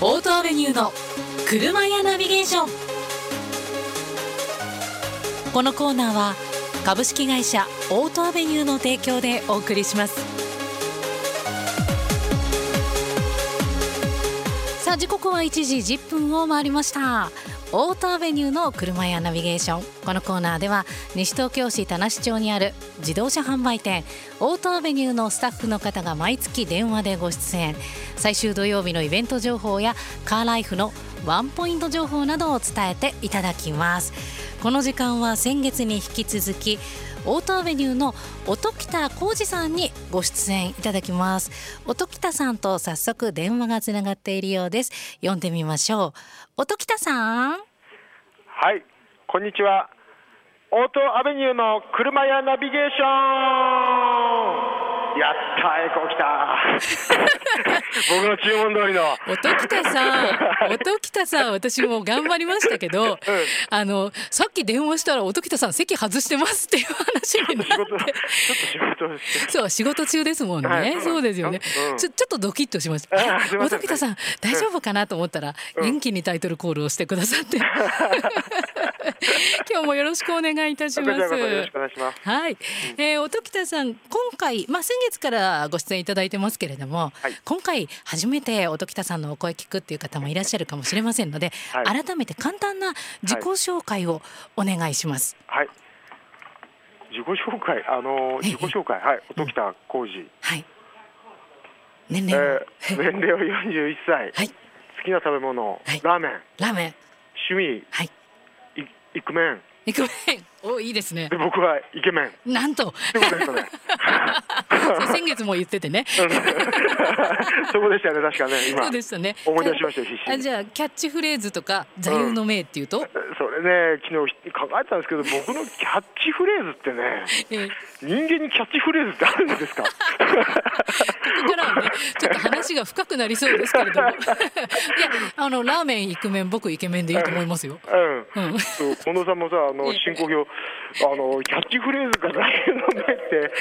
オートアベニューの車屋ナビゲーションこのコーナーは株式会社オートアベニューの提供でお送りしますさあ時刻は1時10分を回りましたオートアベニューの車屋ナビゲーションこのコーナーでは西東京市田無町にある自動車販売店オートアベニューのスタッフの方が毎月電話でご出演最終土曜日のイベント情報やカーライフのワンポイント情報などを伝えていただきますこの時間は先月に引き続きオートアベニューの音北浩二さんにご出演いただきます音北さんと早速電話がつながっているようです読んでみましょう音北さんはい、こんにちは。オートアベニューの車屋ナビゲーション。やった、エコー来た。 僕の注文通りの。音北さん 音北さん私も頑張りましたけど、あのさっき電話したら音北さん席外してますっていう話にな仕っ事、ちょっと仕事を して。そう仕事中ですもんね、はいそうですよね、うんちょちょっとドキッとしましたあーすいませ音ん北さん大丈夫かなと思ったら、元気にタイトルコールをしてくださ って今日もよろしくお願いいたしこちまらこそよろすしくお願いします。はい、えー、音北さん今回まあ先月からご出演いただいてますけれども、はい今回初めて音北さんのお声聞くっていう方もいらっしゃるかもしれませんので、は改めて簡単な自己紹介をお願いしますはい。自己紹介、あの、ええ自己紹介、はい、音喜多浩二。はい年え齢は、ー年齢は41歳。はい好きな食べ物はい、ラーメン、ラーメン趣はい味、イイクメン。イクメンおいいですねで、僕はイケメン。っなんとてことですよね。そう先月も言っててねうん そこでしたよね、確かね、今。そうでしたね思い出しましたよ必死にあじゃあキャッチフレーズとか座右の銘っていうと、それね、昨日考えてたんですけど、僕のキャッチフレーズっ てね、えー人間にキャッチフレーズってあるんです かここからはね、ちょっと話が深くなりそうですけれど も。いや、あのラーメンイクメン、僕イケメンでいいと思いますよ。うん。うん、そう近藤さんもさ、あのええ進行表、あのキャッチフレーズがないの ねって、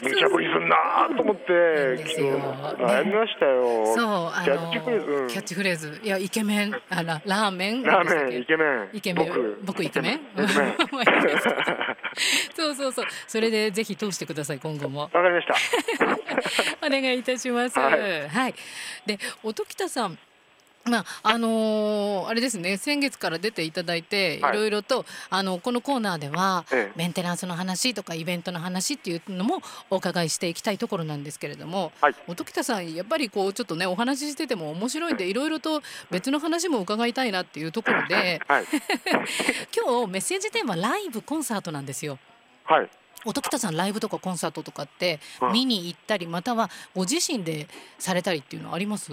無茶ぶりすんなーと思ってん、で昨す日よ悩みましたよ。そう、あキャッのチフレーズ、うんキャッチフレーズ、いや、イケメン、あら、ラーメン。何ラーでメン、しイケメン、イケメン僕、僕イケメン イケメン。わまあいいですけどそうそうそう、それでぜひ通してください、今後も。かりました。 お願いいたします。は、はいで、音喜多さん。まああのーあれですね先月から出ていただいていはいろいろとあのこのコーナーではええメンテナンスの話とかイベントの話っていうのもお伺いしていきたいところなんですけれども、はい音喜多さんやっぱりこうちょっとねお話ししてても面白いんでいろいろと別の話も伺いたいなっていうところで はい、今日メッセージテーマライブコンサートなんですよ。 はい、音喜多さんライブとかコンサートとかってうん見に行ったりまたはご自身でされたりっていうのはあります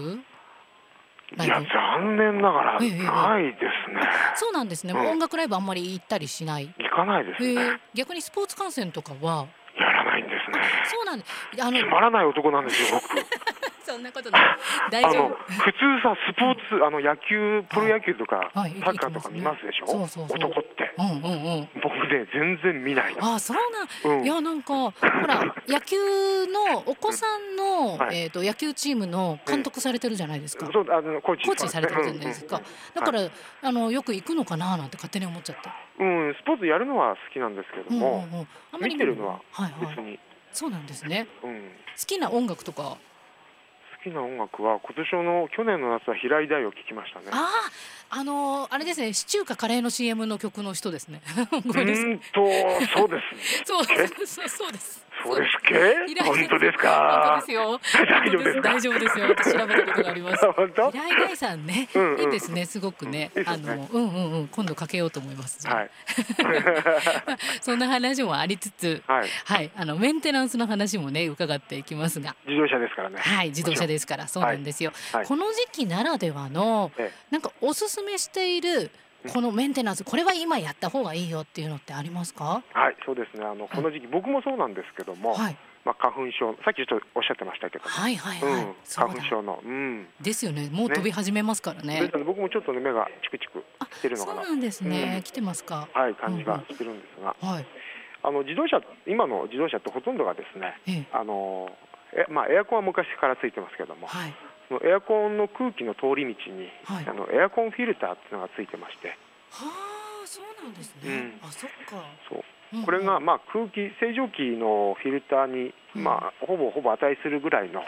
ラいやイブ残念ながらええええないですね。そうなんですね、うん音楽ライブあんまり行ったりしない、行かないですえね。ー、逆にスポーツ観戦とかはやらないんですね。そうなんあのつまらない男なんですよ。僕 そんなことない大あ丈の夫普通さスポーツあの野球プロ野球とか、はいはいサッカーとか見ますでしょ。そうそうそう男ってうんうんうん僕ね全然見ないの。あそううなんんいやなんかほら野球のお子さんの、はいえー、と野球チームの監督されてるじゃないですか、そうあのコーチコーチされてるじゃないですか、だから、あのよく行くのかななんて勝手に思っちゃって。うんうんうんうんスポーツやるのは好きなんですけどうんも、うんうん、あん見てるのははいは別い、に、そうなんですねうん、好きな音楽とか好きな音楽は今年の去年の夏は平井大を聴きましたね。あああのーあれですねシチューかカレーの CM の曲の人ですね ごうめんなさいーんとそうです。そうそうそうですそうです依け？頼本して当です本当かで？すよ大丈夫ですか大丈夫ですよ私調べたことがあります本当？平井大さんね、うんうんいいですねすごくね、うんいいであすねのうんうんうん今度かけようと思います、、はいい。そんな話もありつつはい。はいあのメンテナンスの話もね伺っていきますが自動車ですからね。はい自動車ですからそうなんですよ、はいこの時期ならではのえなんかおすすめしているこのメンテナンスこれは今やった方がいいよっていうのってありますかはい、そうですね。あのこの時期、僕もそうなんですけども、はいまあ花粉症、さっきちょっとおっしゃってましたけど、はいはいうんはい、、そう花だ粉症の、うん、ですよねもうね飛び始めますからそれねと僕もちょっとね目がチクチクあしてるのそかうな、なんですね、うん来てますかはい感じがしてるんですが、はいあの自動車今の自動車ってほとんどがですね、ええあのえまあエアコンは昔からついてますけども、はいそのエアコンの空気の通り道に、はいあのエアコンフィルターっていうのがついてましてはあそうなんですね、うあそっか、そううんこれがまあ空気清浄機のフィルターにうんまあほぼほぼ値するぐらいの、へ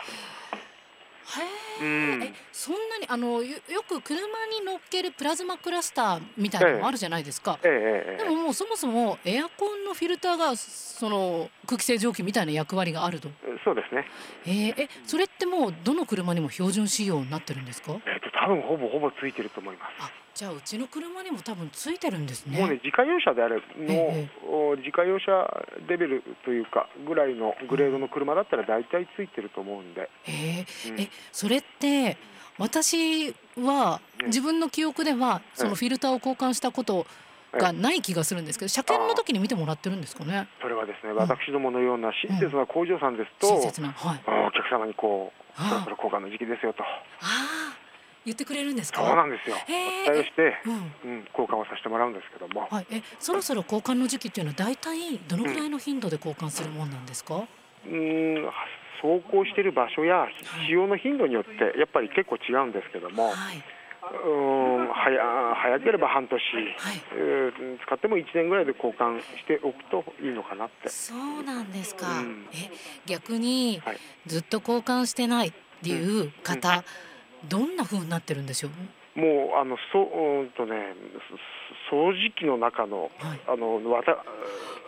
え、うんえそんなにあのよよく車に乗っけるプラズマクラスターみたいなのもあるじゃないですか、ええええでももうそもそもエアコンのフィルターがその空気清浄機みたいな役割があると、ええそうですね、えーえそれってもうどの車にも標準仕様になってるんですかえっと多分ほぼほぼついてると思います。あじゃあうちの車にも多分ついてるんですねもうね、自家用車であれの、えお自家用車レベルというか、ぐらいのグレードの車だったら大体ついてると思うんで、えうーんえそれって私はうん自分の記憶ではそのフィルターを交換したことがえない気がするんですけど車検の時に見てもらってるんですかねそれはですね、ん私どものような親切な工場さんですと、親切なはいあお客様にこう、そろあそろ交換の時期ですよと、あー言ってくれるんですかそうなんですよ、へえお伝えをして、うんうん、交換をさせてもらうんですけども、はい、えそろそろ交換の時期っていうのは大体どのくらいの頻度で交換するもんなんですか、うーん、走行している場所や使用の頻度によって、やっぱり結構違うんですけども、はい、うーん早早ければ半年、はいうん使っても1年ぐらいで交換しておくといいのかなって、そうなんですか、うんえ逆にはいずっと交換してないっていう方、どんな風になってるんでしょう、もうあのそうーんとねそ掃除機の中のはい、あのわた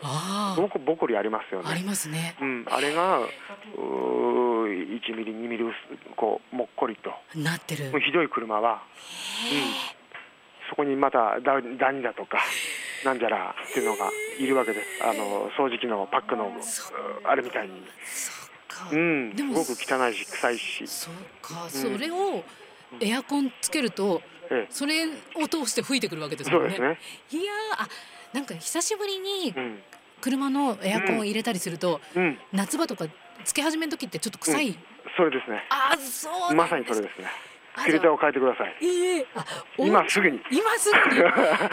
あぼこぼこりありますよあありね。ますねうん、あれがうー1ミリ2ミリ薄こうもっこりとなってるもうひどい車は、うん、そこにまたダダニだとかなんじゃらっていうのがいるわけですあの掃除機のパックのうんあれみたいにそっか、うん、ですもごく汚いし臭いし、そうか、それをエアコンつけるとええ、それを通して吹いてくるわけですそもうんでねすね、いやーあなんか久しぶりにうん車のエアコンを入れたりすると、うん、夏場とかつけ始めの時ってちょっと臭い、それですね、あそうまさにそれでですね、あフィルターを変えてください、ええあお今すぐに、今すぐに えわかっ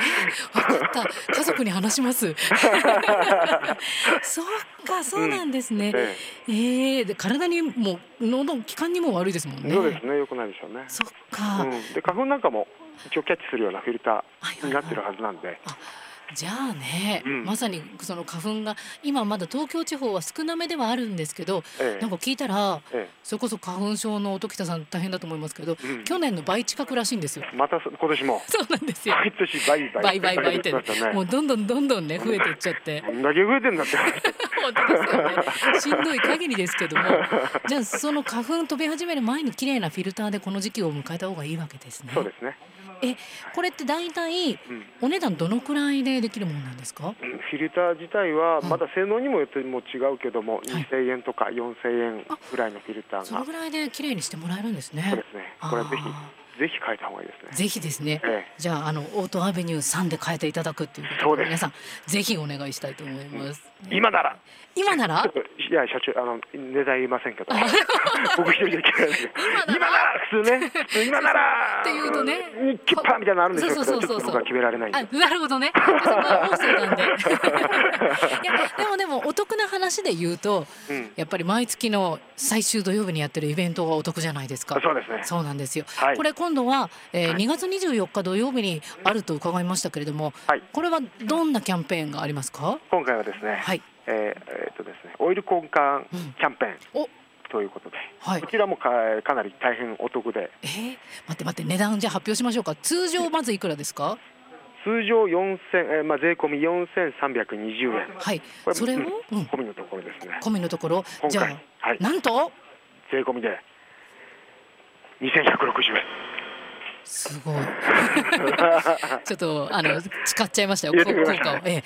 た家族に話しますそっかそうなんですね、えええで体にも喉の気管にも悪いですもんえ、ねそうですね、よくないでしょうね、そっか、うん、で花粉なんかも一応キャッチするようなフィルターになってるはずなんで、じゃあね、うんまさにその花粉が今まだ東京地方は少なめではあるんですけどえなんか聞いたらえ、えそれこそ花粉症の音喜多さん大変だと思いますけど、え、うん去年の倍近くらしいんですよ またそ今年も、そうなんですよ毎年バイバ倍イ、倍倍って、言ってましたもうね、どんどんどんどんね増えていっちゃってどんだけ増えてんだって話、本当ですよねしんどい限りですけどもじゃあその花粉飛び始める前に綺麗なフィルターでこの時期を迎えた方がいいわけですねそうですね、えこれって大体うん。お値段どのくらいでできるものなんですかうんフィルター自体はまだ性能にもよっても違うけども、2000円とか4000円ぐらいのフィルターそのがぐらいで綺麗にしてもらえるんですそうねですね。あーこれはぜひ、ぜひ変えた方がいいですね。ぜひですねえじゃああのオートアベニュー3で変えていただくっていうそこうとでです皆さんぜひお願いしたいと思います、え、今なら、今ならいや、社長、あの、値段言いませんけど。 僕一人で言ってないですけど。今なら、普通ね、普通今なら。っていうとねニッキッパーみたいなのあるんですそよ。うちそうそうそょっうと僕は決められないんあで。なるほど ね。そこは音声なんで。いやでもでもお得な話で言うと、うんやっぱり毎月の最終土曜日にやってるイベントがお得じゃないですか。そうですねそうなんですよ。はいこれ今度は、えーはい2月24日土曜日にあると伺いましたけれども、はいこれはどんなキャンペーンがありますか？今回はですね、はいえーえーっとですね、オイル交換キャンペーンお、ということで、はいこ。ちらもかかなり大変お得で、えー、待って待って値段じゃあ発表しましょうか。通常まずいくらですか？通常4000、えーまあ税込み4320円。はいこ。それを、ううんん、込みのところですね。込みのところ、今じゃ回あ、はい、なんと税込みで2160円。 すごい。 ちょっとあの誓っちゃいましたよ。言こえてく効れました果を、ええ、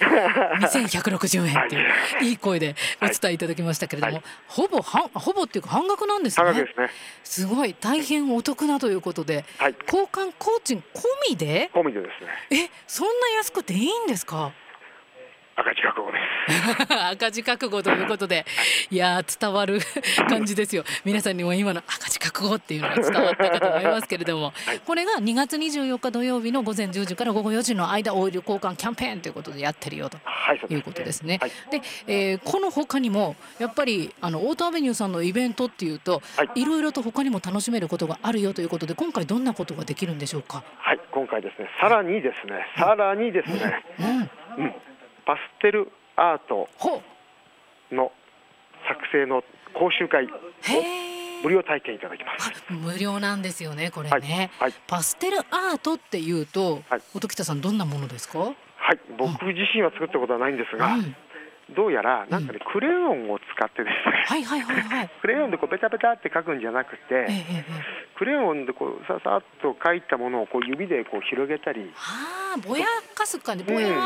2160円っていう、い、い声でお伝えいただきましたけれども、はいほぼ半ほぼっていうか半額なんです半ね。額ですね。すごい大変お得なということで、はい交換工賃込みで、込みでですね。えそんな安くていいんですか？赤字覚悟です 赤字覚悟ということで、いやー伝わる 感じですよ。皆さんにも今の赤字覚悟っていうのが伝わったかと思いますけれども、これが2月24日土曜日の午前10時から午後4時の間オイル交換キャンペーンということでやってるよと。はいそいうでうすことですね。はいで、えーこの他にもやっぱりあのオートアベニューさんのイベントっていうと、はいいろいろと他にも楽しめることがあるよということで今回どんなことができるんでしょうか。はい今回ですねさらにですねさらにですね、うん、うん、パステルアートほう、の作成の講習会へー無料体験いただきますあ無料なんですよねこれはいね、はいパステルアートっていうと、はい音喜多さんどんなものですか。はい僕自身は作ったことはないんですが、うんどうやらなんかねクレヨンを使ってですね、はいはいはいはい。クレヨンでこうベタベタって書くんじゃなくえええて、えええクレヨンでこうささっと書いたものをこう指でこう広げたり、ああぼやかす感じ、ぼや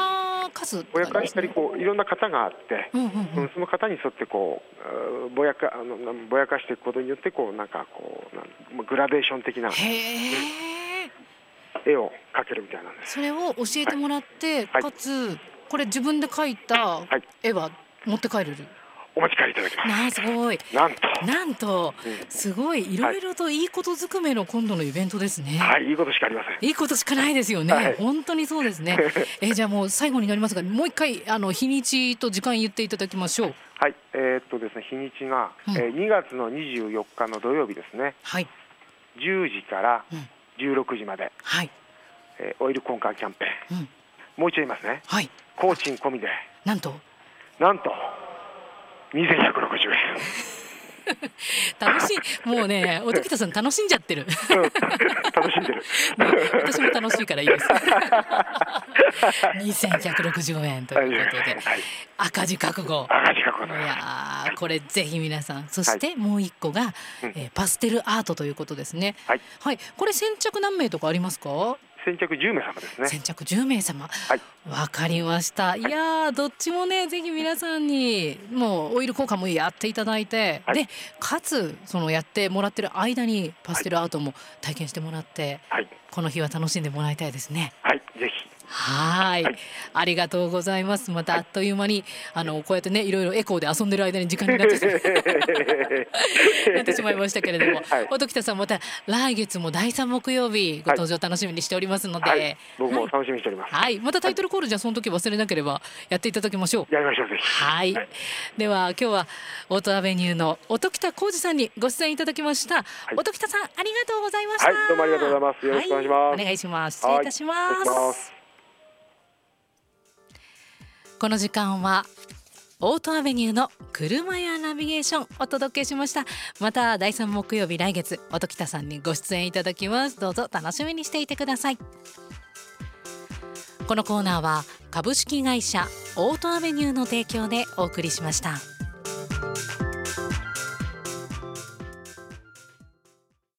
かすってぼ感やじかしたりこういろんな型があって、うんうんううんん。その型に沿ってこううんぼやかあのなんぼやかしていくことによってこうなんかこうなんまあグラデーション的なへえ。絵を描けるみたいなんです。それを教えてもらって、はいかつこれ自分で描いたはい、絵は持って帰れる。お待ち帰りいただきまなあすごい。す。なんと、なんとうんすごいいろいろといいことずくめの今度のイベントですね。はいいいことしかありません。いいことしかないですよね、はい本当にそうです ね。えーじゃあもう最後になりますが、もう一回あの日にちと時間言っていただきましょう。はい、えーっとですね日にちが、うんえー2月の24日の土曜日ですね、はい、 10時からうん16時まで、はい、えーオイル交換キャンペーン。うん、もう一度言いますね。はい。工賃込みで、なんとなんと2160円。 楽しい、もうね、音喜多さん楽しんじゃ ってる。うん楽しんで ねる。私も楽しいからいい です。二千百六十円とはいいうことではい、赤字覚悟。赤字覚い悟でやーこれぜひ皆さんそしてもう一個が、うんえーパステルアートということですねはい、はいこれ先着何名とかありますか先着10名様ですね。先着10名様はい、わかりましたいやーどっちもねぜひ皆さんにもうオイル交換もやっていただいて、はいでかつそのやってもらってる間にパステルアートも体験してもらってはい、この日は楽しんでもらいたいですねはい、ぜひ。はいはいありがとうございますまたあっという間にあのこうやってねいろいろエコーで遊んでる間に時間になっちゃって なってしまいましたけれども、はい音喜多さんまた来月も第3木曜日ご登場楽しみにしておりますので、はい、僕も楽しみにしております。はい、またタイトルコールじゃあその時忘れなければやっていただきましょう。やりましょうぜひ。はい、では今日はオートアベニューの音喜多浩二さんにご出演いただきました。い音喜多さんありがとうございました。はいどうもありがとうございますよろしくお願いしますはお願いします。失礼いたします。はい失礼しますこの時間はオートアベニューの車やナビゲーションお届けしましたまた第3木曜日来月音喜多さんにご出演いただきますどうぞ楽しみにしていてくださいこのコーナーは株式会社オートアベニューの提供でお送りしました。